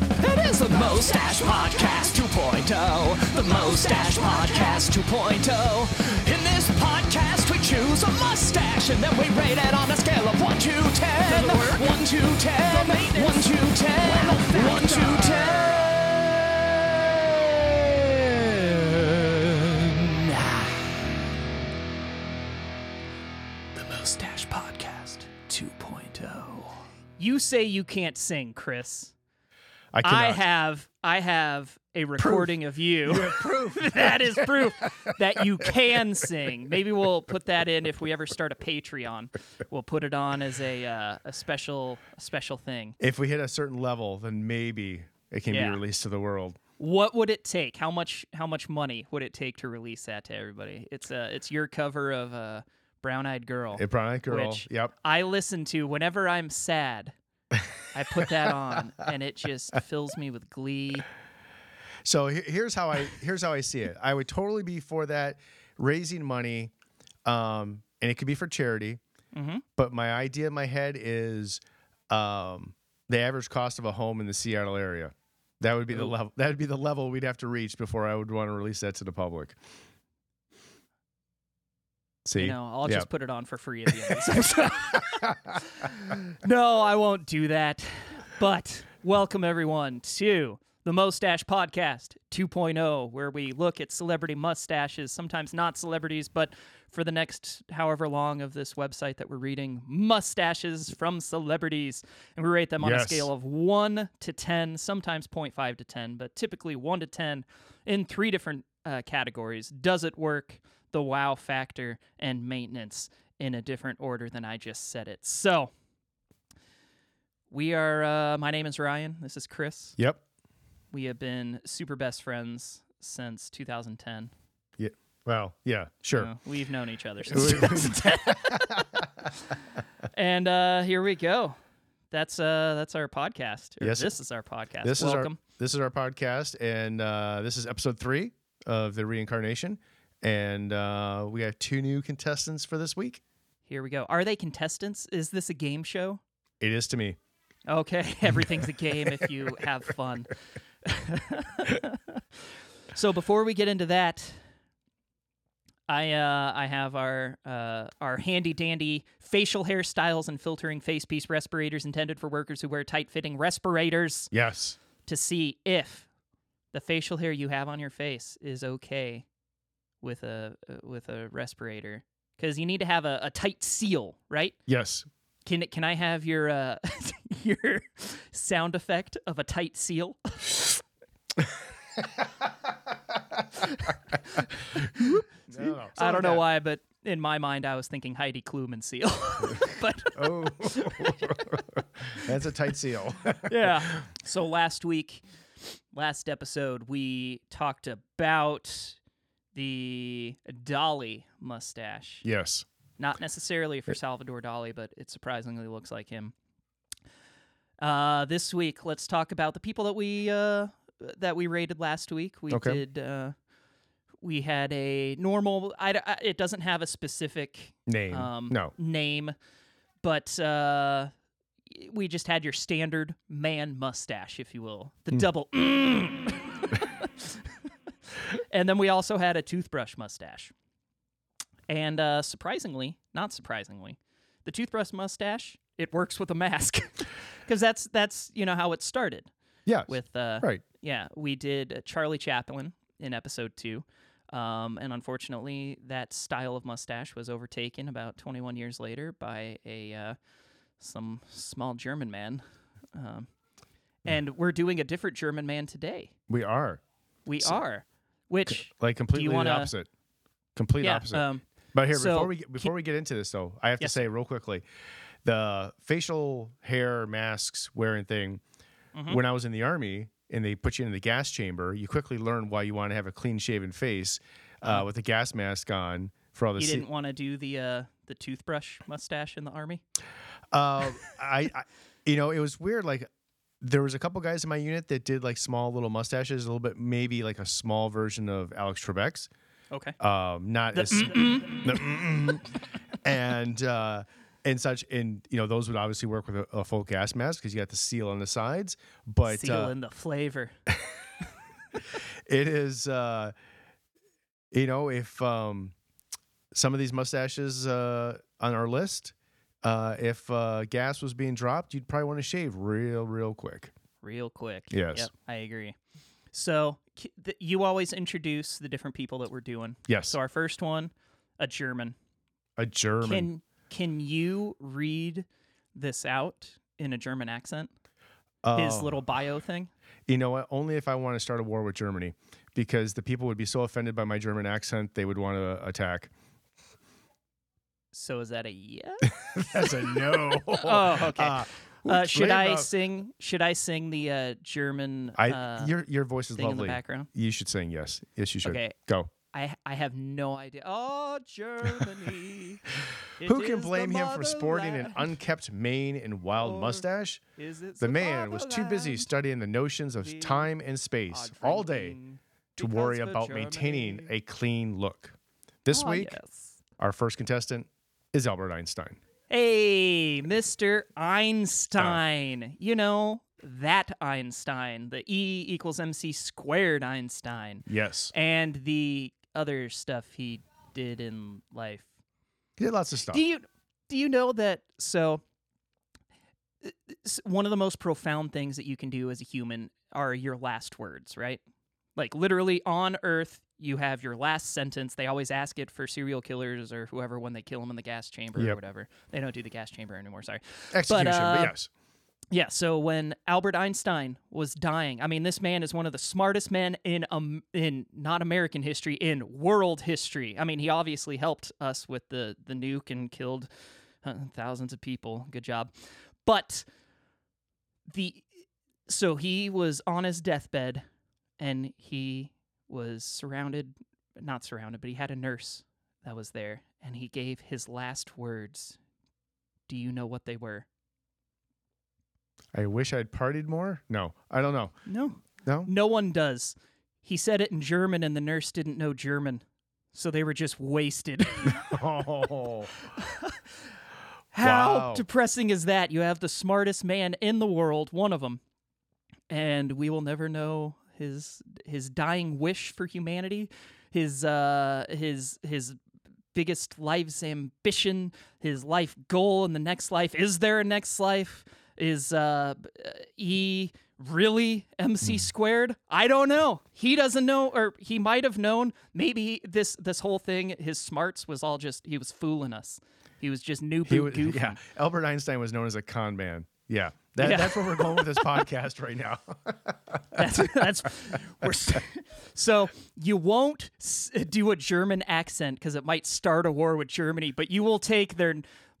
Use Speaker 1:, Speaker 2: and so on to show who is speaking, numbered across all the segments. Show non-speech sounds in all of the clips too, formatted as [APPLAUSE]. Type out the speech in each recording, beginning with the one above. Speaker 1: the Mustache Podcast 2.0. The Mustache Podcast 2.0. In this podcast, we choose a mustache and then we rate it on a scale of 1 to 10. 1 to 10. 1 to 10. 1 to 10. The Mustache Podcast oh. 2.0.
Speaker 2: You say you can't sing, Chris.
Speaker 3: I cannot.
Speaker 2: I have I have a recording of you. proof. [LAUGHS] that is proof that you can sing. Maybe we'll put that in if we ever start a Patreon. We'll put it on as a uh, a special a special thing.
Speaker 3: If we hit a certain level, then maybe it can
Speaker 2: Yeah.
Speaker 3: be released to the world.
Speaker 2: What would it take? How much how much money would it take to release that to everybody? It's uh it's your cover of uh, Brown Eyed Girl.
Speaker 3: It Brown Eyed Girl.
Speaker 2: Which-
Speaker 3: Yep.
Speaker 2: I listen to whenever I'm sad. I put that on and it just fills me with glee.
Speaker 3: So he- here's how I here's how I see it. I would totally be for that raising money, um, and it could be for charity.
Speaker 2: Mm-hmm.
Speaker 3: But my idea in my head is um, the average cost of a home in the Seattle area. That would be the level. That would be the level we'd have to reach before I would want to release that to the public. See,
Speaker 2: You know, I'll
Speaker 3: Yeah.
Speaker 2: just put it on for free at the end. [LAUGHS] of this episode. no, I won't do that. But welcome everyone to the Mustache Podcast 2.0, where we look at celebrity mustaches, sometimes not celebrities, but for the next however long of this website that we're reading, mustaches from celebrities. And we rate them on a
Speaker 3: Yes.
Speaker 2: scale of 1 to 10, sometimes 0.5 to 10, but typically 1 to 10 in three different uh, categories. Does it work? The wow factor and maintenance in a different order than I just said it. So, we are, uh, my name is Ryan. This is Chris.
Speaker 3: Yep.
Speaker 2: We have been super best friends since 2010.
Speaker 3: Yeah. Well. Yeah. Sure.
Speaker 2: Uh, We've known each other since
Speaker 3: [LAUGHS]
Speaker 2: 2010. [LAUGHS] and uh, here we go. That's uh, that's our podcast. Or
Speaker 3: Yes.
Speaker 2: This is our podcast.
Speaker 3: This
Speaker 2: Welcome.
Speaker 3: is our this is our podcast, and uh, this is episode three of the reincarnation, and uh, we have two new contestants for this week.
Speaker 2: Here we go. Are they contestants? Is this a game show?
Speaker 3: It is to me.
Speaker 2: Okay, [LAUGHS] everything's a game if you have fun. [LAUGHS] so before we get into that, I uh, I have our uh, our handy dandy facial hairstyles and filtering face piece respirators intended for workers who wear tight fitting respirators
Speaker 3: Yes.
Speaker 2: to see if the facial hair you have on your face is okay with a uh, with a respirator because you need to have a, a tight seal, right?
Speaker 3: Yes.
Speaker 2: Can can I have your uh, [LAUGHS] your sound effect of a tight seal?
Speaker 3: No, no, no.
Speaker 2: I don't know
Speaker 3: Something
Speaker 2: why, but in my mind, I was thinking Heidi Klum and seal. [LAUGHS] but
Speaker 3: like that. Oh, [LAUGHS] that's a tight seal.
Speaker 2: yeah. So last week, last episode, we talked about the Dolly mustache.
Speaker 3: [LAUGHS] yes.
Speaker 2: Not necessarily for Salvador Dali, but it surprisingly looks like him. Uh, this week, let's talk about the people that we uh, that we rated last week. We
Speaker 3: Okay.
Speaker 2: did. Uh, we had a normal. I, I- it doesn't have a specific
Speaker 3: Name.
Speaker 2: um,
Speaker 3: no.
Speaker 2: name, but uh, y- we just had your standard man mustache, if you will, the double. "mm." [LAUGHS] and then we also had a toothbrush mustache, and uh, surprisingly, not surprisingly, the toothbrush mustache it works with a mask [LAUGHS] because that's that's you know how it started
Speaker 3: Yes.
Speaker 2: with uh,
Speaker 3: right.
Speaker 2: yeah, we did uh, Charlie Chaplin in episode two. Um, and unfortunately, that style of mustache was overtaken about 21 years later by a uh, some small German man. Um,
Speaker 3: Hmm.
Speaker 2: and we're doing a different German man today.
Speaker 3: We are
Speaker 2: We are, which
Speaker 3: like completely
Speaker 2: wanna-
Speaker 3: the opposite. Complete
Speaker 2: yeah,
Speaker 3: opposite.
Speaker 2: um,
Speaker 3: But here,
Speaker 2: So,
Speaker 3: before we get, before we get into this, though, I have
Speaker 2: Yes.
Speaker 3: to say real quickly, the facial hair masks wearing thing.
Speaker 2: Mm-hmm.
Speaker 3: When I was in the army and they put you in the gas chamber, you quickly learn why you want to have a clean shaven face uh, with a gas mask on for all the.
Speaker 2: Mm-hmm. you
Speaker 3: se-
Speaker 2: didn't want to do the uh, the toothbrush mustache in the army.
Speaker 3: Uh, [LAUGHS] I, I, you know, it was weird. Like there was a couple guys in my unit that did like small little mustaches, a little bit maybe like a small version of Alex Trebek's.
Speaker 2: Okay,
Speaker 3: um, not as the mm-mm. and uh, and such. And you know, those would obviously work with a, a full gas mask because you got the seal on the sides. But
Speaker 2: Seal
Speaker 3: uh,
Speaker 2: in the flavor.
Speaker 3: it is uh you know if um some of these mustaches uh on our list uh if uh gas was being dropped you'd probably want to shave real real quick
Speaker 2: real quick.
Speaker 3: Yes.
Speaker 2: Yep, I agree. So c- th- you always introduce the different people that we're doing.
Speaker 3: Yes.
Speaker 2: So our first one, a German.
Speaker 3: a german
Speaker 2: Can can you read this out in a German accent? His
Speaker 3: Oh.
Speaker 2: little bio thing.
Speaker 3: you know what only if i want to start a war with germany because the people would be so offended by my german accent they would want to attack
Speaker 2: So is that a Uh, yes?
Speaker 3: [LAUGHS] that's a no
Speaker 2: [LAUGHS] oh, okay.
Speaker 3: Uh,
Speaker 2: Uh,
Speaker 3: oops,
Speaker 2: should I
Speaker 3: lame up.
Speaker 2: sing? Should I sing the uh, German
Speaker 3: i
Speaker 2: uh,
Speaker 3: your your voice is
Speaker 2: thing in the
Speaker 3: lovely
Speaker 2: background?
Speaker 3: you should sing yes yes you should
Speaker 2: Okay.
Speaker 3: go
Speaker 2: I I have no idea. Oh,
Speaker 3: [LAUGHS]
Speaker 2: Germany. it
Speaker 3: who can
Speaker 2: is the
Speaker 3: blame him for sporting an
Speaker 2: motherland.
Speaker 3: unkept mane and wild
Speaker 2: Or-
Speaker 3: mustache
Speaker 2: Is it
Speaker 3: The man was too busy
Speaker 2: fatherland?
Speaker 3: studying the notions of
Speaker 2: Being
Speaker 3: time and space
Speaker 2: are
Speaker 3: all day
Speaker 2: drinking
Speaker 3: to
Speaker 2: because
Speaker 3: worry
Speaker 2: for
Speaker 3: about maintaining
Speaker 2: Germany.
Speaker 3: a clean look. This
Speaker 2: Ah,
Speaker 3: week,
Speaker 2: yes.
Speaker 3: our first contestant is Albert Einstein.
Speaker 2: Hey, Mr. Einstein. You know, that Einstein, the E equals MC squared Einstein,
Speaker 3: Yes.
Speaker 2: and the other stuff he did in life.
Speaker 3: He did lots of stuff.
Speaker 2: Do you do you know that so uh, s- one of the most profound things that you can do as a human are your last words, right? Like literally on earth you have your last sentence. They always ask it for serial killers or whoever when they kill them in the gas chamber or
Speaker 3: Yep.
Speaker 2: whatever. They don't do the gas chamber anymore, sorry.
Speaker 3: Execution, but,
Speaker 2: uh,
Speaker 3: yes.
Speaker 2: Yeah, so when Albert Einstein was dying, I mean, this man is one of the smartest men in um, in not American history, in world history. I mean, he obviously helped us with the the nuke and killed uh, thousands of people. Good job, but the so he was on his deathbed, and he was surrounded, not surrounded, but he had a nurse that was there, and he gave his last words. Do you know what they were?
Speaker 3: I wish I'd partied more. No, I
Speaker 2: [LAUGHS]
Speaker 3: don't know. [LAUGHS]
Speaker 2: No.
Speaker 3: No?
Speaker 2: No one does. He said it in German, and the nurse didn't know German, so they were just wasted. [LAUGHS]
Speaker 3: Oh.
Speaker 2: How
Speaker 3: Wow.
Speaker 2: depressing is that? You have the smartest man in the world, one of them, and we will never know his his dying wish for humanity, his uh his his biggest life's ambition, his life goal in the next life. Is there a next life? Is uh E really
Speaker 3: Hmm.
Speaker 2: MC squared? I don't know. He doesn't know or he might have known. Maybe this this whole thing his smarts was all just he was fooling us. He was just new
Speaker 3: He
Speaker 2: boo
Speaker 3: was,
Speaker 2: goofing.
Speaker 3: [LAUGHS] yeah. Albert Einstein was known as a con man. Yeah. That, That's where we're going with this podcast right now.
Speaker 2: That's [LAUGHS] that's we're s- so you won't s- do a German accent because it might start a war with Germany, but you will take their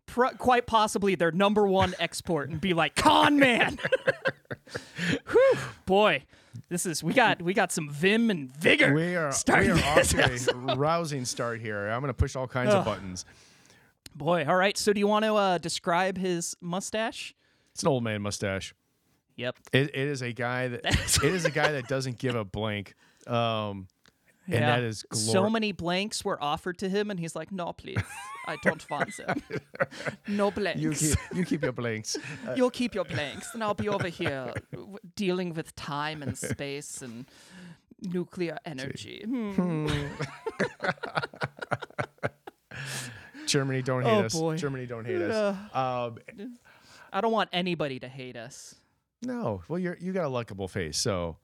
Speaker 2: pro, quite possibly their number one export and be like con man. [LAUGHS] Whew, boy, this is we got we got some vim and vigor.
Speaker 3: [LAUGHS] We are, we
Speaker 2: starting
Speaker 3: are off
Speaker 2: this episode.
Speaker 3: to a rousing start here. I'm going to push all kinds of buttons.
Speaker 2: boy. All right, so do you want to uh, describe his mustache?
Speaker 3: It's an old man mustache.
Speaker 2: Yep.
Speaker 3: It, it is a guy that it is a guy that doesn't give a blank. Um, and
Speaker 2: Yeah.
Speaker 3: that is glorious.
Speaker 2: so many blanks were offered to him, and he's like, "No, please, I don't want
Speaker 3: [LAUGHS]
Speaker 2: them. No blanks.
Speaker 3: you keep you keep your [LAUGHS] blanks.
Speaker 2: You'll keep your blanks, and I'll be over here w- dealing with time
Speaker 3: [LAUGHS]
Speaker 2: and space and nuclear energy. Hmm.
Speaker 3: Germany don't hate
Speaker 2: Oh,
Speaker 3: us.
Speaker 2: boy.
Speaker 3: Germany don't hate us. Um,
Speaker 2: I don't want anybody to hate us.
Speaker 3: no, well you're you got a likable face, so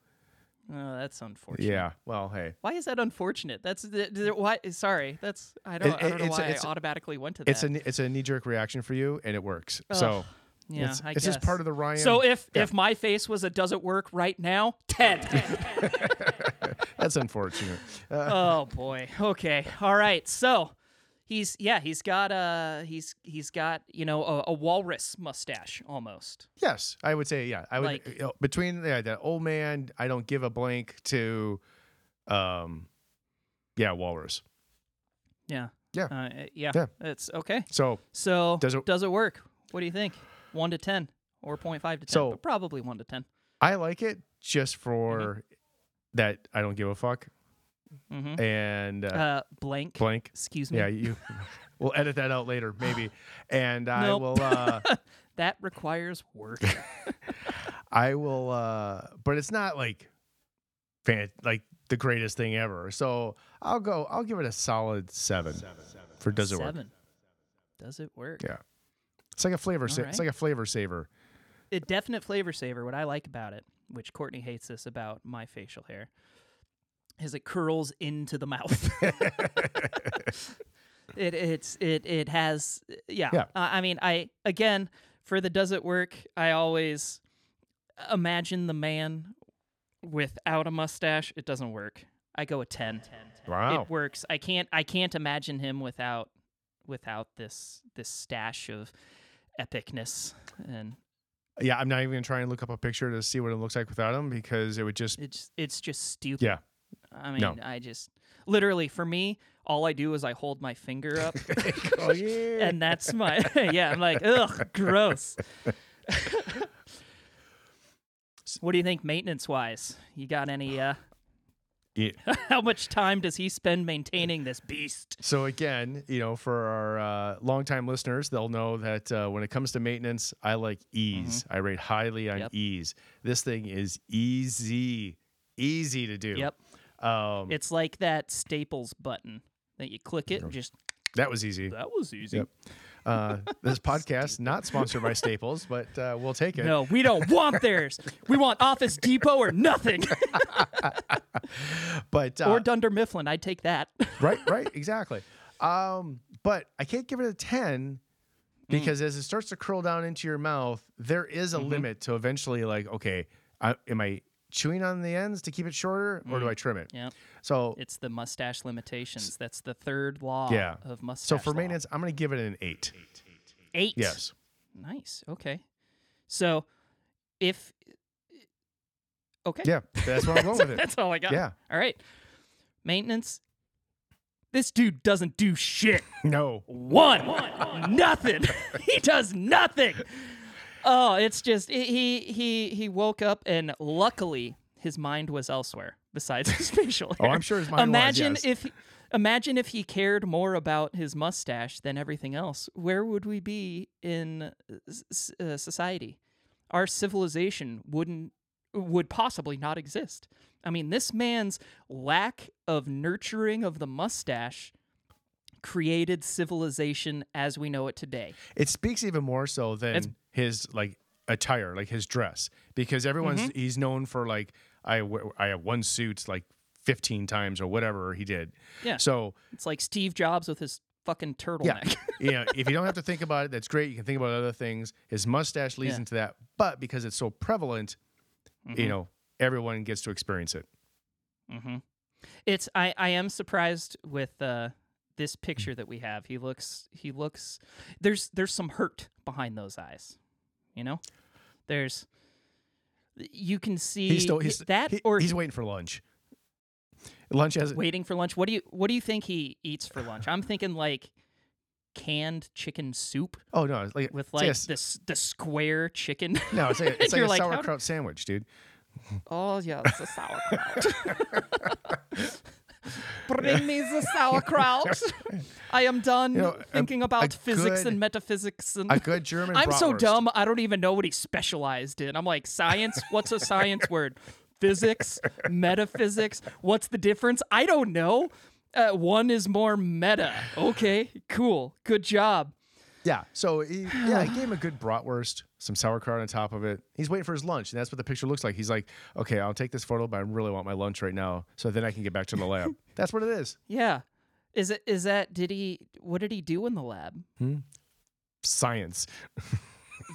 Speaker 2: Oh, that's unfortunate.
Speaker 3: yeah. Well, hey,
Speaker 2: Why is that unfortunate? That's the, the, why. Sorry, that's I don't.
Speaker 3: It-
Speaker 2: I don't know
Speaker 3: it's a-
Speaker 2: why
Speaker 3: it's a-
Speaker 2: I automatically went to that.
Speaker 3: it's a it's a knee jerk reaction for you, and it works. So
Speaker 2: yeah,
Speaker 3: it's,
Speaker 2: I
Speaker 3: it's
Speaker 2: guess.
Speaker 3: just part of the Ryan.
Speaker 2: So if if my face was a does it work right now, Ted.
Speaker 3: that's unfortunate. [LAUGHS] Uh,
Speaker 2: [LAUGHS] oh boy. Okay. All right. So he's yeah he's got uh he's he's got you know a, a walrus mustache almost.
Speaker 3: yes, I would say yeah. I would
Speaker 2: Like-
Speaker 3: you know, between yeah, that old man. I don't give a blank to, um, yeah, walrus.
Speaker 2: Yeah.
Speaker 3: Yeah.
Speaker 2: Uh, yeah.
Speaker 3: Yeah.
Speaker 2: It's okay.
Speaker 3: So
Speaker 2: So
Speaker 3: Does
Speaker 2: does
Speaker 3: it-
Speaker 2: it work? What do you think? One to ten or 0.5 to ten?
Speaker 3: So-
Speaker 2: but probably one to ten. Mm-hmm.
Speaker 3: I like it just for that I don't give a fuck. and uh,
Speaker 2: Mm-hmm. Uh, blank.
Speaker 3: blank.
Speaker 2: Excuse me.
Speaker 3: Yeah, you. [LAUGHS] we'll edit that out later, maybe. And I
Speaker 2: Nope.
Speaker 3: will.
Speaker 2: [LAUGHS]
Speaker 3: Uh,
Speaker 2: That requires work.
Speaker 3: I will. Uh, but it's not like, fan like the greatest thing ever. So I'll go. I'll give it a solid seven. For [LAUGHS] does it
Speaker 2: Seven.
Speaker 3: work?
Speaker 2: Does it work?
Speaker 3: Yeah. It's like a flavor. Sa-
Speaker 2: right.
Speaker 3: It's like a flavor saver.
Speaker 2: a definite flavor saver. What I like about it, which Courtney hates this about my facial hair, is it curls into the mouth. [LAUGHS] it it's it it has yeah.
Speaker 3: Yeah.
Speaker 2: I I mean, I again for the does it work? I always imagine the man without a mustache. It doesn't work. I go a ten.
Speaker 3: Wow.
Speaker 2: It works. I can't I can't imagine him without without this this stash of epicness and
Speaker 3: Yeah, I'm not even gonna try and look up a picture to see what it looks like without him because it would just.
Speaker 2: It's it's just stupid.
Speaker 3: Yeah.
Speaker 2: I mean,
Speaker 3: no.
Speaker 2: I just literally for me, all I do is I hold my finger
Speaker 3: [LAUGHS]
Speaker 2: up,
Speaker 3: oh yeah.
Speaker 2: and that's my [LAUGHS] yeah. I'm like, ugh, gross. [LAUGHS] what do you think maintenance wise? You got any? uh
Speaker 3: [LAUGHS]
Speaker 2: [LAUGHS]
Speaker 3: Yeah.
Speaker 2: How much time does he spend maintaining this beast?
Speaker 3: So again, you know, for our uh, longtime listeners, they'll know that uh, when it comes to maintenance, I like ease. I rate highly on
Speaker 2: Mm-hmm. Yep.
Speaker 3: ease. This thing is easy, easy to do.
Speaker 2: Yep,
Speaker 3: Um,
Speaker 2: it's like that Staples button that you click it and just
Speaker 3: that
Speaker 2: [LAUGHS]
Speaker 3: was easy.
Speaker 2: that was easy.
Speaker 3: Yep. Uh,
Speaker 2: [LAUGHS]
Speaker 3: this podcast not sponsored by Staples, but uh, we'll take it.
Speaker 2: No, we don't want theirs. We want Office Depot or nothing.
Speaker 3: But [LAUGHS] uh,
Speaker 2: or Dunder Mifflin. I'd take that. [LAUGHS]
Speaker 3: right, right, exactly. Um, but I can't give it a
Speaker 2: Mm.
Speaker 3: ten because as it starts to curl down into your mouth, there is a
Speaker 2: Mm-hmm.
Speaker 3: limit to eventually like, okay, I, am I chewing on the ends to keep it shorter, or do I trim it?
Speaker 2: Mm. Yeah.
Speaker 3: So,
Speaker 2: It's the mustache limitations. That's the third law
Speaker 3: Yeah.
Speaker 2: of mustache.
Speaker 3: so for
Speaker 2: law.
Speaker 3: maintenance, I'm going to give it an eight.
Speaker 2: eight.
Speaker 3: Yes.
Speaker 2: Nice. Okay. So if okay, [LAUGHS]
Speaker 3: Yeah, that's where I'm going with it.
Speaker 2: that's all I got.
Speaker 3: Yeah.
Speaker 2: All right. Maintenance. This dude doesn't do shit.
Speaker 3: No,
Speaker 2: One.
Speaker 3: [LAUGHS]
Speaker 2: nothing. he does nothing. Oh, it's just he- he he he woke up and luckily his mind was elsewhere besides [LAUGHS] his facial
Speaker 3: Oh,
Speaker 2: hair.
Speaker 3: I'm sure his mind was,
Speaker 2: Imagine
Speaker 3: yes.
Speaker 2: if imagine if he cared more about his mustache than everything else. Where would we be in s- s- uh, society? Our civilization wouldn't would possibly not exist. I mean, this man's lack of nurturing of the mustache created civilization as we know it today.
Speaker 3: it speaks even more so than his like attire, like his dress, because everyone's
Speaker 2: Mm-hmm.
Speaker 3: he's known for like I wear- I have one suit like 15 times or whatever he did.
Speaker 2: Yeah.
Speaker 3: So
Speaker 2: It's like Steve Jobs with his fucking
Speaker 3: yeah, [LAUGHS]
Speaker 2: turtleneck.
Speaker 3: you know, if you don't have to think about it, that's great. You can think about other things. His mustache leads
Speaker 2: Yeah. Mm-hmm.
Speaker 3: into that, but because it's so prevalent, you know, everyone gets to experience it.
Speaker 2: hmm It's I I am surprised with uh this picture that we have. He looks he looks there's there's some hurt behind those eyes. You know? There's you can see
Speaker 3: He's still he's
Speaker 2: that
Speaker 3: he-
Speaker 2: or
Speaker 3: he's waiting for lunch. Lunch has
Speaker 2: waiting for lunch. What do you what do you think he eats for lunch? I'm thinking like canned chicken soup
Speaker 3: oh no, it's like
Speaker 2: with
Speaker 3: it's
Speaker 2: like
Speaker 3: a s-
Speaker 2: this the square chicken. [LAUGHS]
Speaker 3: no, it's like, a-
Speaker 2: And
Speaker 3: it's like
Speaker 2: you're
Speaker 3: a
Speaker 2: like, how
Speaker 3: sauerkraut sandwich, dude.
Speaker 2: Oh yeah, it's a sauerkraut.
Speaker 3: [LAUGHS]
Speaker 2: Bring me the sauerkraut. I am done
Speaker 3: know, a-
Speaker 2: thinking
Speaker 3: a
Speaker 2: about physics
Speaker 3: good-
Speaker 2: and metaphysics and.
Speaker 3: A good German.
Speaker 2: I'm so
Speaker 3: bratwurst.
Speaker 2: dumb. I don't even know what he specialized in. I'm like science. What's a
Speaker 3: [LAUGHS]
Speaker 2: science word? Physics, metaphysics. What's the difference? I don't know. Uh, one is more meta. Okay, cool. Good job.
Speaker 3: Yeah. So he, yeah, I gave him a good bratwurst, some sauerkraut on top of it. He's waiting for his lunch, and that's what the picture looks like. He's like, "Okay, I'll take this photo, but I really want my lunch right now, so then I can get back to the lab." that's what it is.
Speaker 2: Yeah. Is it? Is that? Did he? What did he do in the lab?
Speaker 3: Science.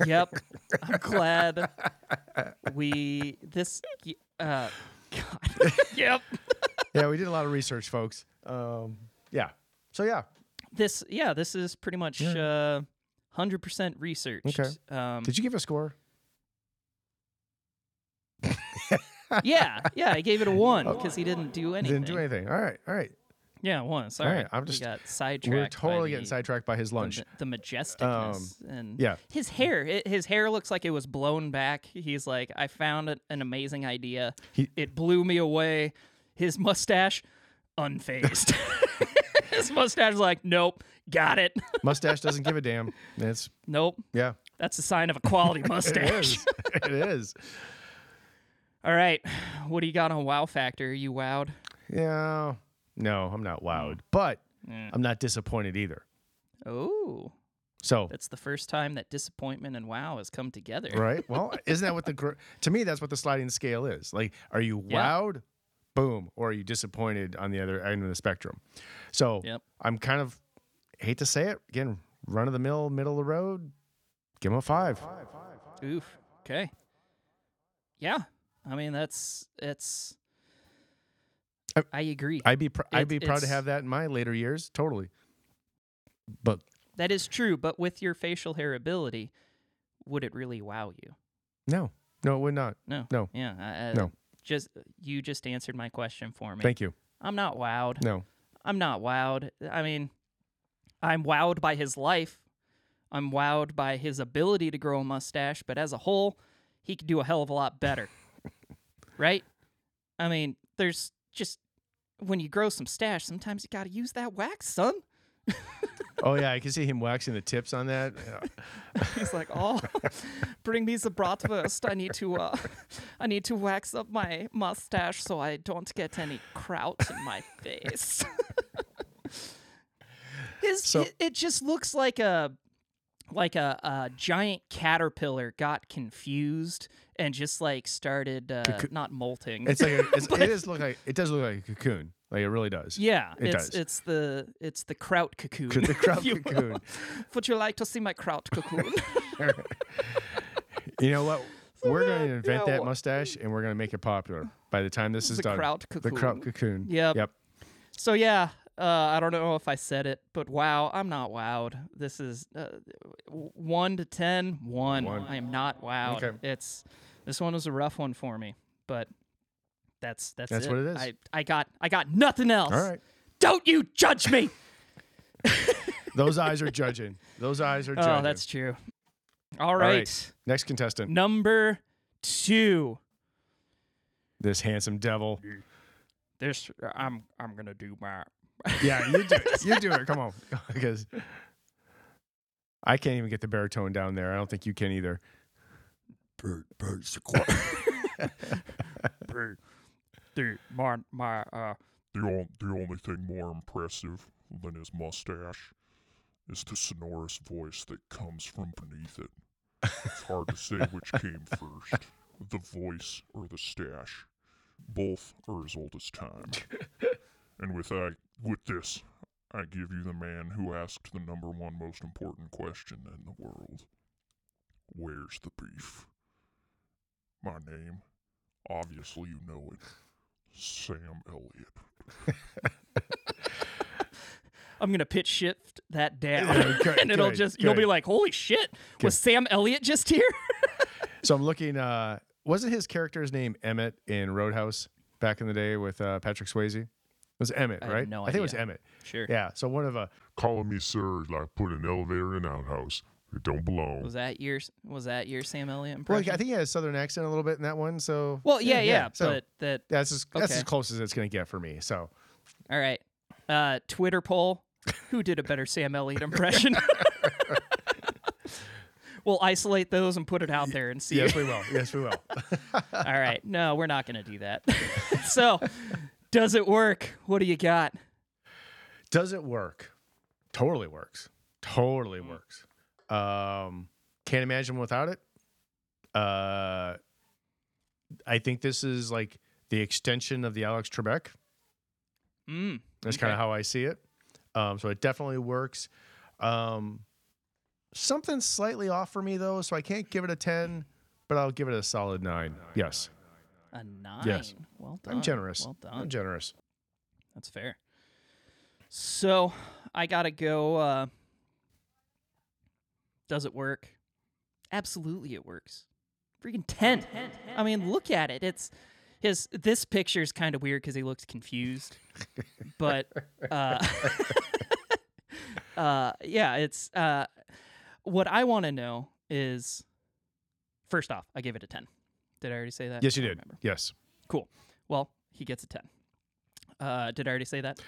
Speaker 2: Yep. I'm glad we this y- uh
Speaker 3: [LAUGHS]
Speaker 2: god. yep.
Speaker 3: Yeah, we did a lot of research, folks. Um, yeah. So yeah,
Speaker 2: This yeah, this is pretty much uh 100% researched.
Speaker 3: Okay.
Speaker 2: Um
Speaker 3: did you give a score?
Speaker 2: yeah, yeah, I
Speaker 3: [LAUGHS]
Speaker 2: gave it a 1 because he didn't do
Speaker 3: You
Speaker 2: anything.
Speaker 3: Oh. didn't do anything. All right. All right.
Speaker 2: Yeah, 1. Sorry.
Speaker 3: right, I'm just-
Speaker 2: we got sidetracked.
Speaker 3: We're
Speaker 2: by
Speaker 3: totally
Speaker 2: the-
Speaker 3: getting sidetracked by his lunch.
Speaker 2: The, the majesticness and
Speaker 3: Um, yeah.
Speaker 2: his hair. It, his hair looks like it was blown back. He's like, I found an, an amazing idea.
Speaker 3: He-
Speaker 2: it blew me away. His mustache. unfazed. [LAUGHS] His mustache was like, nope, got it. [LAUGHS]
Speaker 3: Mustache doesn't give a damn. It's
Speaker 2: nope.
Speaker 3: yeah. [LAUGHS]
Speaker 2: That's a sign of a quality mustache.
Speaker 3: It is. It is.
Speaker 2: All right. What do you got on Wow Factor? Are you wowed?
Speaker 3: Yeah. No, I'm not wowed, but I'm not disappointed either.
Speaker 2: Oh,
Speaker 3: So
Speaker 2: that's the first time that disappointment and wow has come together.
Speaker 3: right. Well, isn't that what the gr- to me that's what the sliding scale is? Like, are you
Speaker 2: Yeah.
Speaker 3: wowed? Boom, or are you disappointed on the other end of the spectrum? So
Speaker 2: Yep.
Speaker 3: I'm kind of hate to say it again, run of the mill, middle of the road. Give him a five.
Speaker 2: Oof. Okay. Yeah. I mean, that's it's.
Speaker 3: I-
Speaker 2: I agree.
Speaker 3: I'd be pr- I'd
Speaker 2: It's-
Speaker 3: be proud to
Speaker 2: it's-
Speaker 3: have that in my later years, totally. But
Speaker 2: that is true, but with your facial hair ability, would it really wow you?
Speaker 3: no, no, it would not.
Speaker 2: No.
Speaker 3: No.
Speaker 2: Yeah. I, I,
Speaker 3: No.
Speaker 2: Just you just answered my question for me.
Speaker 3: Thank you.
Speaker 2: I'm not wowed.
Speaker 3: No,
Speaker 2: I'm not wowed. I mean, I'm wowed by his life. I'm wowed by his ability to grow a mustache, but as a whole, he could do a hell of a lot better. right? I mean, there's just when you grow some stash, sometimes you got to use that wax, son.
Speaker 3: oh yeah, I can see him waxing the tips on that.
Speaker 2: He's like, "Oh, [LAUGHS] bring me the bratwurst. I need to, uh, [LAUGHS] I need to wax up my mustache so I don't get any kraut in my face." [LAUGHS] His,
Speaker 3: So-
Speaker 2: it, it just looks like a, like a, a giant caterpillar got confused and just like started uh, not molting.
Speaker 3: It's like a,
Speaker 2: [LAUGHS]
Speaker 3: it's, it is look like it does look like a cocoon, like it really does.
Speaker 2: yeah,
Speaker 3: it
Speaker 2: it's
Speaker 3: does.
Speaker 2: it's the it's the kraut cocoon.
Speaker 3: the crop
Speaker 2: if you will.
Speaker 3: cocoon.
Speaker 2: [LAUGHS] Would you like to see my kraut cocoon? [LAUGHS]
Speaker 3: You know what? We're going to
Speaker 2: that-
Speaker 3: invent
Speaker 2: yeah,
Speaker 3: that
Speaker 2: wh-
Speaker 3: mustache, and we're going to make it popular. By the time this is
Speaker 2: The
Speaker 3: done,
Speaker 2: kraut
Speaker 3: the crop
Speaker 2: cocoon.
Speaker 3: cocoon.
Speaker 2: Yep.
Speaker 3: Yep.
Speaker 2: So yeah, uh, I don't know if I said it, but wow, I'm not wowed. This is uh, w- one to ten. One.
Speaker 3: One.
Speaker 2: I am not wowed.
Speaker 3: Okay.
Speaker 2: It's this one was a rough one for me, but that's that's
Speaker 3: That's what it is.
Speaker 2: I I got I got nothing else.
Speaker 3: All right.
Speaker 2: Don't you judge
Speaker 3: [LAUGHS]
Speaker 2: me.
Speaker 3: Those eyes are judging. Those eyes are
Speaker 2: [LAUGHS]
Speaker 3: judging.
Speaker 2: oh, that's true. All
Speaker 3: All
Speaker 2: right.
Speaker 3: right. Next contestant.
Speaker 2: Number two.
Speaker 3: This handsome devil.
Speaker 2: This I'm I'm gonna do
Speaker 3: [LAUGHS]
Speaker 2: my
Speaker 3: Yeah, you do it. You do it. Come on, [LAUGHS] because I can't even get the baritone down there. I don't think you can
Speaker 2: [LAUGHS]
Speaker 3: either.
Speaker 2: do my my uh
Speaker 4: The, on, the only thing more impressive than his mustache is the sonorous voice that comes from beneath it. It's hard to say which came first, the voice or the stash. Both are as old as time. And with I, with this, I give you the man who asked the number one most important question in the world. Where's the beef? My name, obviously you know it, Sam Elliott.
Speaker 2: I'm gonna pitch shift that down,
Speaker 3: good,
Speaker 2: and it'll
Speaker 3: good,
Speaker 2: just you'll be
Speaker 3: good.
Speaker 2: like, "Holy shit,
Speaker 3: Good.
Speaker 2: was Sam Elliott just here?" [LAUGHS]
Speaker 3: So I'm looking. Uh, wasn't his character's name Emmett in Roadhouse back in the day with uh, Patrick Swayze? It was Emmett,
Speaker 2: I have
Speaker 3: right?
Speaker 2: no
Speaker 3: I think it was
Speaker 2: idea.
Speaker 3: Emmett.
Speaker 2: Sure.
Speaker 3: Yeah. So one of uh, a
Speaker 4: Calling me sir is like putting an elevator in an outhouse. It don't belong.
Speaker 2: Was that your Was that your Sam Elliott
Speaker 3: well,
Speaker 2: impression?
Speaker 3: I think he had a southern accent a little bit in that one. So
Speaker 2: Well, yeah, yeah,
Speaker 3: so
Speaker 2: but that.
Speaker 3: that's as that's
Speaker 2: okay.
Speaker 3: as close as it's gonna get for me. So
Speaker 2: All right. Uh, Twitter poll: Who did a better Sam Elliott impression? [LAUGHS] we'll isolate those and put it out there and see.
Speaker 3: yes, we will. Yes, we will.
Speaker 2: All right. No, we're not gonna do that. [LAUGHS] so, does it work? What do you got?
Speaker 3: [LAUGHS] Does it work? Totally works. Totally works. Um, can't imagine without it. Uh, I think this is like the extension of the Alex Trebek.
Speaker 2: Mm.
Speaker 3: That's kind of
Speaker 2: Okay.
Speaker 3: how I see it. Um, so it definitely works. Um, something slightly off for me though, so I can't give it a ten, but I'll give it a solid nine. Yes,
Speaker 2: A nine.
Speaker 3: Yes.
Speaker 2: Well done.
Speaker 3: I'm generous.
Speaker 2: Well done.
Speaker 3: I'm generous.
Speaker 2: That's fair. So I gotta go. Uh, does it work? Absolutely, it works. Freaking ten. I mean, look at it. It's his. This picture is kind of weird because he looks confused, but uh, [LAUGHS] uh, yeah, it's. Uh, what I want to know is, first off, I give it a ten. Did I already say that?
Speaker 3: Yes, you
Speaker 2: I don't
Speaker 3: did.
Speaker 2: remember.
Speaker 3: Yes.
Speaker 2: Cool. Well, he gets a 10. Uh, did I already say that?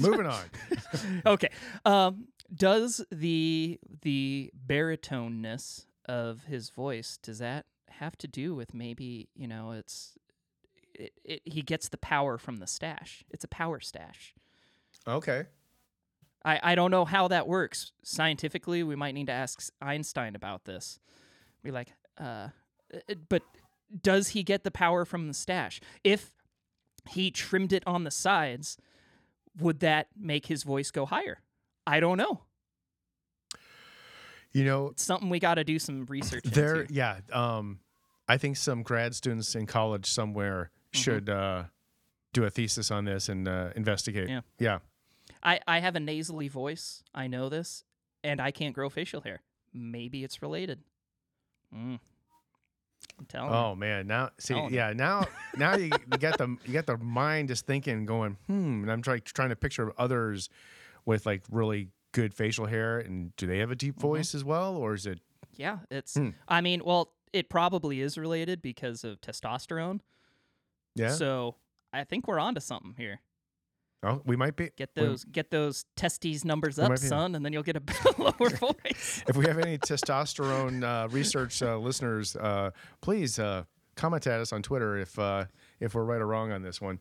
Speaker 3: Moving [LAUGHS] on.
Speaker 2: okay. Um, does the the baritoneness of his voice does that have to do with maybe you know it's it, it, he gets the power from the stash. It's a power stash.
Speaker 3: Okay.
Speaker 2: I, I don't know how that works scientifically. We might need to ask Einstein about this. Be like, uh, it- but does he get the power from the stash? If he trimmed it on the sides, would that make his voice go higher? I don't know.
Speaker 3: You know,
Speaker 2: It's something we got to do some research
Speaker 3: there.
Speaker 2: into.
Speaker 3: Yeah. Um, I think some grad students in college somewhere should uh, do a thesis on this and uh, investigate.
Speaker 2: Yeah.
Speaker 3: Yeah.
Speaker 2: I, I have a nasally voice. I know this, and I can't grow facial hair. Maybe it's related. Mm. I'm telling you.
Speaker 3: Oh man, now see,
Speaker 2: Telling you.
Speaker 3: yeah,
Speaker 2: [LAUGHS]
Speaker 3: now now you, you got the you got the mind just thinking, going, hmm. And I'm trying trying to picture others with like really good facial hair, and do they have a deep
Speaker 2: Mm-hmm.
Speaker 3: voice as well, or is it?
Speaker 2: Yeah, it's.
Speaker 3: Hmm.
Speaker 2: I mean, well, it probably is related because of testosterone.
Speaker 3: Yeah,
Speaker 2: So I think we're onto something here.
Speaker 3: oh, we might be.
Speaker 2: Get
Speaker 3: we-
Speaker 2: those get those testes numbers
Speaker 3: might
Speaker 2: up,
Speaker 3: be-
Speaker 2: son, and then you'll get a [LAUGHS] lower voice.
Speaker 3: if we have any testosterone uh, research uh, listeners, uh, please uh, comment at us on Twitter if uh, if we're right or wrong on this one.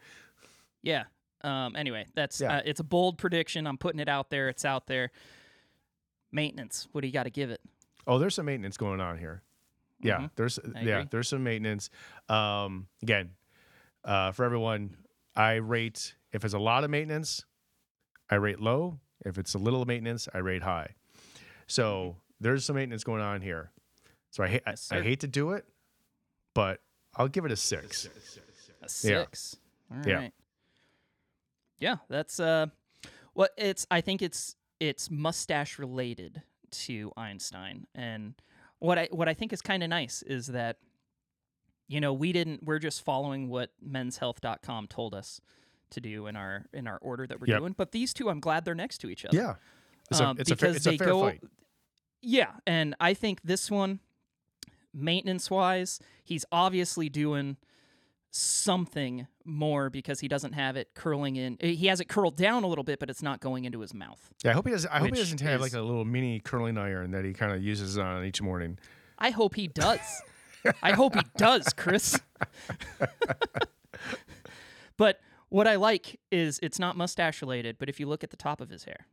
Speaker 2: Yeah. Um. Anyway, that's
Speaker 3: Yeah.
Speaker 2: uh, it's a bold prediction. I'm putting it out there. It's out there. Maintenance. What do you got to give it?
Speaker 3: Oh, there's some maintenance going on here. Yeah, there's
Speaker 2: Mm-hmm. I
Speaker 3: yeah,
Speaker 2: agree.
Speaker 3: there's some maintenance. Um, again, uh, for everyone, I rate if it's a lot of maintenance, I rate low. If it's a little maintenance, I rate high. So there's some maintenance going on here. So I hate
Speaker 2: Mm-hmm. Yes,
Speaker 3: I, I
Speaker 2: sir.
Speaker 3: hate to do it, but I'll give it a six.
Speaker 2: A six. All right.
Speaker 3: Yeah.
Speaker 2: Yeah, that's uh what it's I think it's it's mustache related to Einstein. And what I what I think is kind of nice is that you know, we didn't we're just following what menshealth.com told us to do in our in our order that we're
Speaker 3: Yep.
Speaker 2: doing. But these two I'm glad they're next to each other.
Speaker 3: Yeah, it's a
Speaker 2: Um,
Speaker 3: it's a fair,
Speaker 2: because
Speaker 3: it's a
Speaker 2: they
Speaker 3: fair
Speaker 2: go-
Speaker 3: fight.
Speaker 2: Yeah, and I think this one, maintenance wise, he's obviously doing something more because he doesn't have it curling in. eh, He has it curled down a little bit, but it's not going into his mouth.
Speaker 3: Yeah, I hope he doesn't. I hope he
Speaker 2: which
Speaker 3: doesn't have
Speaker 2: is-
Speaker 3: like a little mini curling iron that he kind of uses on each morning.
Speaker 2: I hope he does. I hope he does, Chris. [LAUGHS] but what I like is it's not mustache related, but if you look at the top of his hair,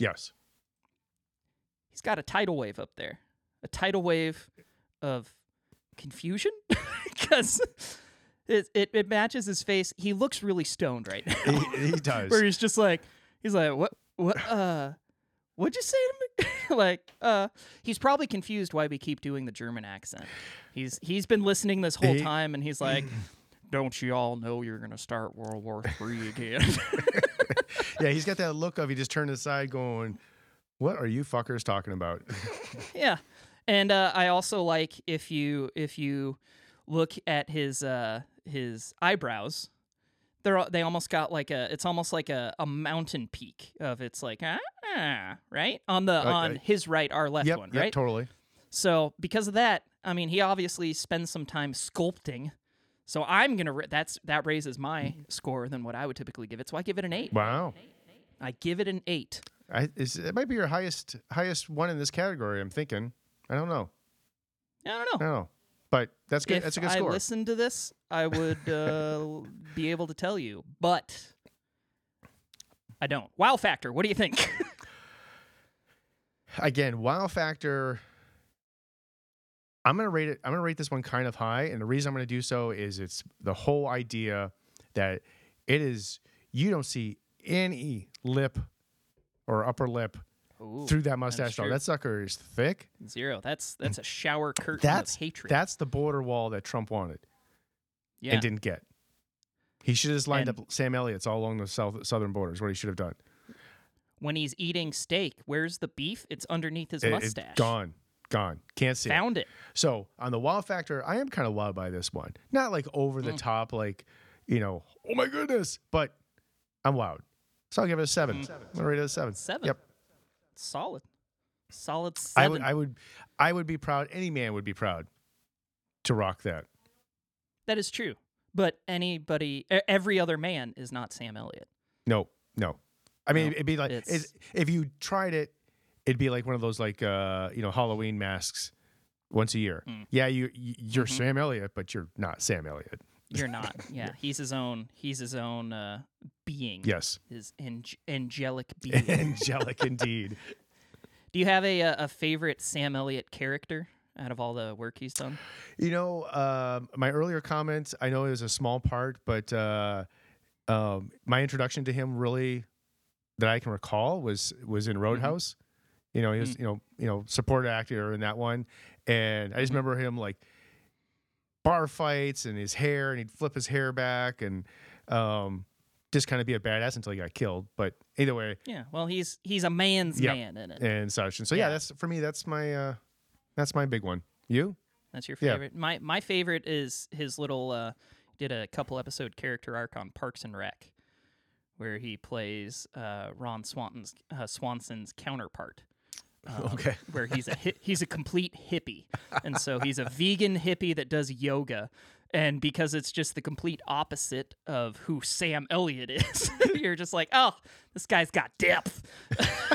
Speaker 3: Yes.
Speaker 2: [LAUGHS] he's got a tidal wave up there, a tidal wave of confusion [LAUGHS] because it, it it matches his face. He looks really stoned right now,
Speaker 3: He, he does.
Speaker 2: where he's just like he's like what what uh what'd you say to me? [LAUGHS] like uh he's probably confused why we keep doing the German accent. He's he's been listening this whole
Speaker 3: He-
Speaker 2: time and he's like. Don't you all know you're gonna start World War Three again?
Speaker 3: Yeah, he's got that look of he just turned aside going, What are you fuckers
Speaker 2: [LAUGHS]
Speaker 3: talking about?
Speaker 2: yeah and uh, i also like if you if you look at his uh his eyebrows they're al- they almost got like a it's almost like a, a mountain peak of it's like ah, ah, right on the on
Speaker 3: I-
Speaker 2: his right our left
Speaker 3: yep,
Speaker 2: one
Speaker 3: yep,
Speaker 2: right
Speaker 3: totally.
Speaker 2: so because of that i mean he obviously spends some time sculpting so i'm gonna ra- that's that raises my score than what i would typically give it so i give it an eight
Speaker 3: Wow.
Speaker 2: i give it an eight
Speaker 3: I, is, it might be your highest highest one in this category, I'm thinking. I don't know.
Speaker 2: i don't know
Speaker 3: I don't know. But that's good.
Speaker 2: if
Speaker 3: that's a good
Speaker 2: I
Speaker 3: score.
Speaker 2: listened to this, I would uh, be able to tell you, but I don't. Wow factor. What do you think? [LAUGHS]
Speaker 3: Again, wow factor. I'm gonna rate it. I'm gonna rate this one kind of high, and the reason I'm gonna do so is it's the whole idea that it is you don't see any lip or upper lip through that mustache. at all.
Speaker 2: true.
Speaker 3: That sucker is thick.
Speaker 2: Zero. That's that's a shower curtain
Speaker 3: That's
Speaker 2: of hatred.
Speaker 3: That's the border wall that Trump wanted
Speaker 2: yeah.
Speaker 3: and didn't get. He should have just lined
Speaker 2: And-
Speaker 3: up Sam Elliott's all along the south, southern borders. What he should have done.
Speaker 2: when he's eating steak, where's the beef? It's underneath his
Speaker 3: It- it's
Speaker 2: mustache.
Speaker 3: gone, gone. Can't see. it.
Speaker 2: Found it.
Speaker 3: So on the wow factor, I am kind of wowed by this one. Not like over
Speaker 2: Mm.
Speaker 3: the top, like you know, oh my goodness, but I'm wowed. So I'll give it a seven. I'm gonna rate it a seven.
Speaker 2: Mm. Seven.
Speaker 3: Yep.
Speaker 2: Solid. Solid seven.
Speaker 3: I would, I would, I would be proud. Any man would be proud to rock that.
Speaker 2: That is true. But anybody, e- every other man is not Sam Elliott.
Speaker 3: No, no. I mean, it'd be like
Speaker 2: it's-
Speaker 3: it's, if you tried it, it'd be like one of those like uh, you know Halloween masks once a year. Yeah, you you- you're Sam Elliott, but you're not Sam Elliott.
Speaker 2: You're
Speaker 3: [LAUGHS]
Speaker 2: not. Yeah, he's his own. He's his own uh, being.
Speaker 3: Yes, [LAUGHS]
Speaker 2: his ang- angelic being.
Speaker 3: angelic indeed.
Speaker 2: Do you have a uh, a favorite Sam Elliott character out of all the work he's done?
Speaker 3: You know, um my earlier comments. I know it was a small part, but uh, um, my introduction to him really that I can recall was was in Roadhouse. You know, he was you know you know support actor in that one, and I just remember him like bar fights and his hair, and he'd flip his hair back and um, just kind of be a badass until he got killed. But either way,
Speaker 2: Yeah. Well, he's he's a man's
Speaker 3: Yeah.
Speaker 2: man in it.
Speaker 3: and such and so yeah,
Speaker 2: Yeah.
Speaker 3: that's for me. That's my uh, that's my big one. You?
Speaker 2: That's your
Speaker 3: Yeah.
Speaker 2: favorite. My my favorite is his little uh did a couple episode character arc on Parks and Rec where he plays uh, Ron Swanson's uh, Swanson's counterpart. um,
Speaker 3: Okay.
Speaker 2: where he's a hi- he's a complete hippie. And so he's a vegan hippie that does yoga. And because it's just the complete opposite of who Sam Elliott is, [LAUGHS] you're just like, oh, this guy's got depth. [LAUGHS]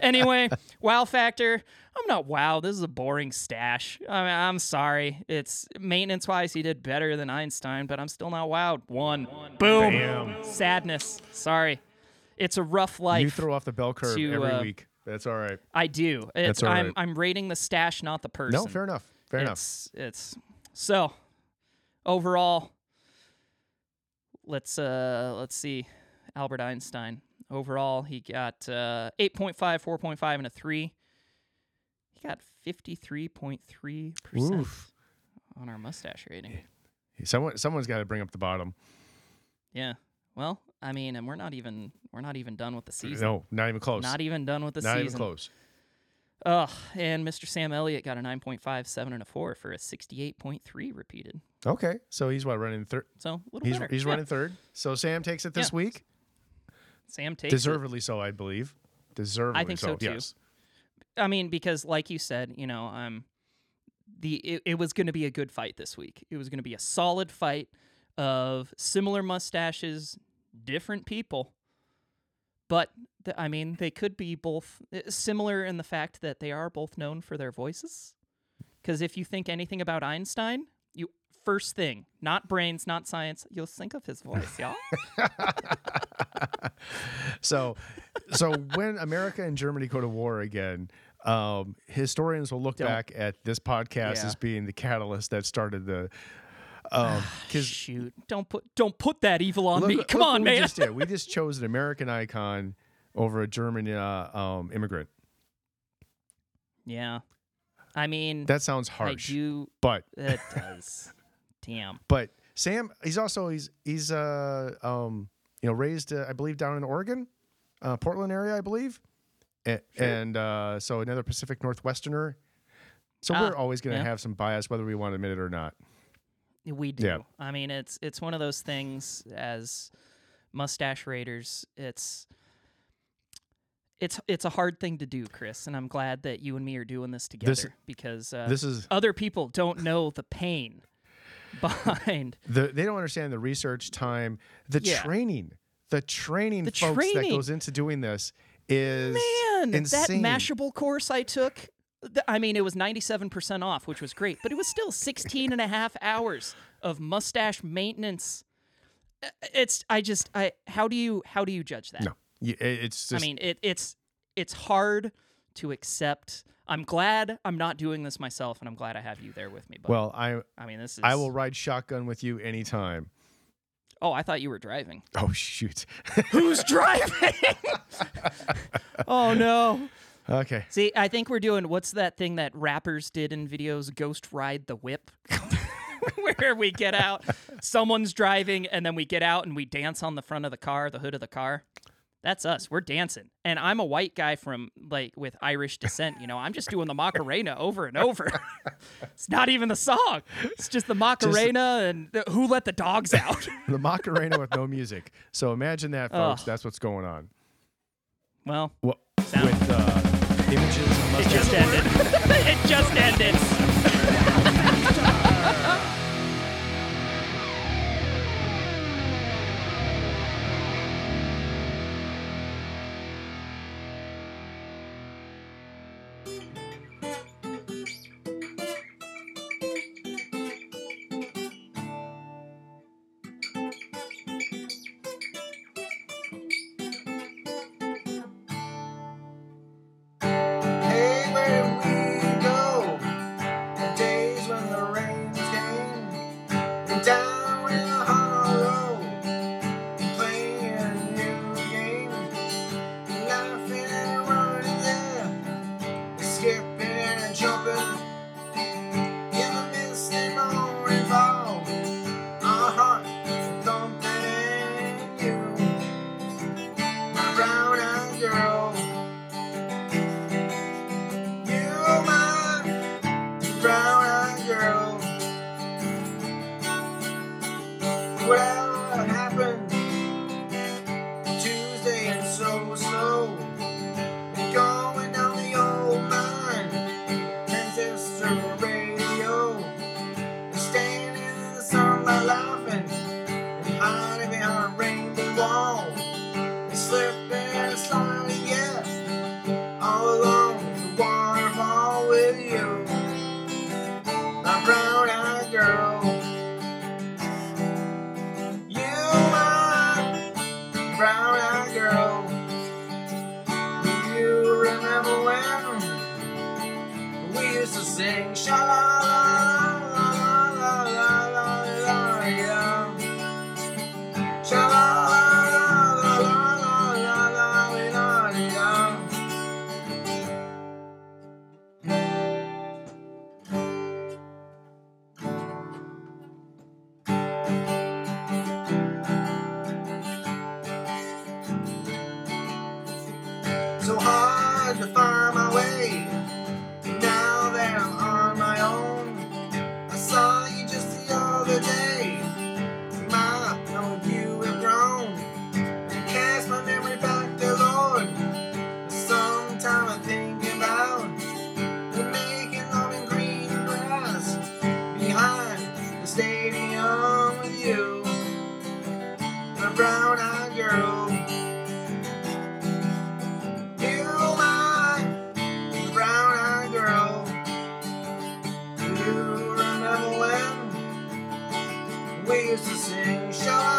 Speaker 2: anyway, wow factor. I'm not wow. This is a boring stash. I mean, I'm sorry. It's maintenance wise, he did better than Einstein, but I'm still not wowed. One. Boom. Sadness. Sorry. It's a rough life.
Speaker 3: You throw off the bell curve
Speaker 2: to,
Speaker 3: every
Speaker 2: uh,
Speaker 3: week. That's all right.
Speaker 2: I do. It's,
Speaker 3: That's all
Speaker 2: I'm
Speaker 3: right.
Speaker 2: I'm rating the stash, not the person.
Speaker 3: No, fair enough. Fair enough.
Speaker 2: it's, It's so overall. Let's uh let's see, Albert Einstein. Overall, he got uh, 8.5, 4.5, and a three. He got 53.3 percent
Speaker 3: Oof.
Speaker 2: on our mustache rating.
Speaker 3: Someone someone's got to bring up the bottom.
Speaker 2: Yeah. Well, I mean, and we're not even we're not even done with the season.
Speaker 3: No, not even close.
Speaker 2: Not even done with the
Speaker 3: Not
Speaker 2: season.
Speaker 3: even close.
Speaker 2: Ugh, and Mr. Sam Elliott got a 9.5, 7 and a 4 for a 68.3 repeated.
Speaker 3: Okay, so he's what running third.
Speaker 2: So a little
Speaker 3: He's
Speaker 2: better.
Speaker 3: he's
Speaker 2: Yeah.
Speaker 3: running third. So Sam takes it this
Speaker 2: Yeah.
Speaker 3: week,
Speaker 2: Sam takes it.
Speaker 3: deservedly so, I believe. Deservedly
Speaker 2: think so, too.
Speaker 3: Yes.
Speaker 2: I mean, because like you said, you know, um, the it, it was going to be a good fight this week. It was going to be a solid fight of similar mustaches, different people. But th- I mean, they could be both uh, similar in the fact that they are both known for their voices. Because if you think anything about Einstein, you first thing, not brains, not science, you'll think of his
Speaker 3: [LAUGHS]
Speaker 2: voice, y'all.
Speaker 3: So, so when America and Germany go to war again, um, historians will look back at this podcast
Speaker 2: Yeah.
Speaker 3: as being the catalyst that started the.
Speaker 2: [SIGHS]
Speaker 3: Um, 'cause
Speaker 2: Shoot,
Speaker 3: [LAUGHS]
Speaker 2: don't put don't put that evil on me.
Speaker 3: look-
Speaker 2: Come
Speaker 3: look
Speaker 2: on,
Speaker 3: what We
Speaker 2: man.
Speaker 3: just did.
Speaker 2: [LAUGHS]
Speaker 3: We just chose an American icon over a German uh, um, immigrant.
Speaker 2: Yeah, I mean,
Speaker 3: That sounds
Speaker 2: I
Speaker 3: harsh,
Speaker 2: do
Speaker 3: but
Speaker 2: It does. Damn.
Speaker 3: But Sam, he's also he's he's uh um you know raised uh, I believe down in Oregon, uh, Portland area I believe, A- and uh, so another Pacific Northwesterner. So we're
Speaker 2: Ah,
Speaker 3: always going to
Speaker 2: yeah.
Speaker 3: have some bias whether we want to admit it or not.
Speaker 2: We do.
Speaker 3: Yeah.
Speaker 2: I mean, it's it's one of those things as mustache raiders. It's it's it's a hard thing to do, Chris, and I'm glad that you and me are doing this together because uh,
Speaker 3: This is
Speaker 2: other people don't know the pain [LAUGHS] behind
Speaker 3: the they don't understand the research time, the
Speaker 2: Yeah.
Speaker 3: training, the training
Speaker 2: The
Speaker 3: folks that
Speaker 2: training.
Speaker 3: goes into doing this is
Speaker 2: man
Speaker 3: insane.
Speaker 2: that mashable course I took. th- I mean, it was 97% off, which was great, but it was still 16 and a half hours of mustache maintenance. Uh, It's I just I how do you how do you judge that?
Speaker 3: No, Y- it- it's just
Speaker 2: I mean, it, it's it's hard to accept. I'm glad I'm not doing this myself, and I'm glad I have you there with me. But
Speaker 3: well I
Speaker 2: I mean, this is.
Speaker 3: I will ride shotgun with you anytime. [LAUGHS]
Speaker 2: Oh, I thought you were driving. [LAUGHS]
Speaker 3: Oh shoot. [LAUGHS]
Speaker 2: Who's driving? [LAUGHS] oh no.
Speaker 3: okay.
Speaker 2: See, I think we're doing what's that thing that rappers did in videos? Ghost ride the whip. [LAUGHS] Where we get out, someone's driving, and then we get out and we dance on the front of the car, the hood of the car. That's us. We're dancing. And I'm a white guy from like with Irish descent, you know. I'm just doing the Macarena over and over. [LAUGHS] it's not even the song. It's just the Macarena and the, who let the dogs [LAUGHS] out.
Speaker 3: the Macarena
Speaker 2: [LAUGHS]
Speaker 3: with no music. So imagine that, folks.
Speaker 2: Ugh.
Speaker 3: That's what's going on.
Speaker 2: well,
Speaker 3: Well,
Speaker 2: Sound.
Speaker 3: with uh, images of
Speaker 2: it just ended. [LAUGHS] it just ended.
Speaker 5: Well, it happened Tuesday and so slow. And going down the old mine, transistor radio. And staying in the sunlight laughing. And hiding behind a rainbow wall. And slipping and sliding, yes. All along the waterfall with you. My brown eyed girl. You are brown eyed girl. Do you remember when we used to sing sha la la la la la la la la yeah. Sha la la la la la la la la la yeah. So hard to find my way. Now that I'm on my own, I saw you just the other day. My, how you have grown. And cast my memory back to Lord. Sometime I think about the making love in green grass behind the stadium with you, my brown-eyed girl. You my brown-eyed girl. Do you remember when we used to sing sha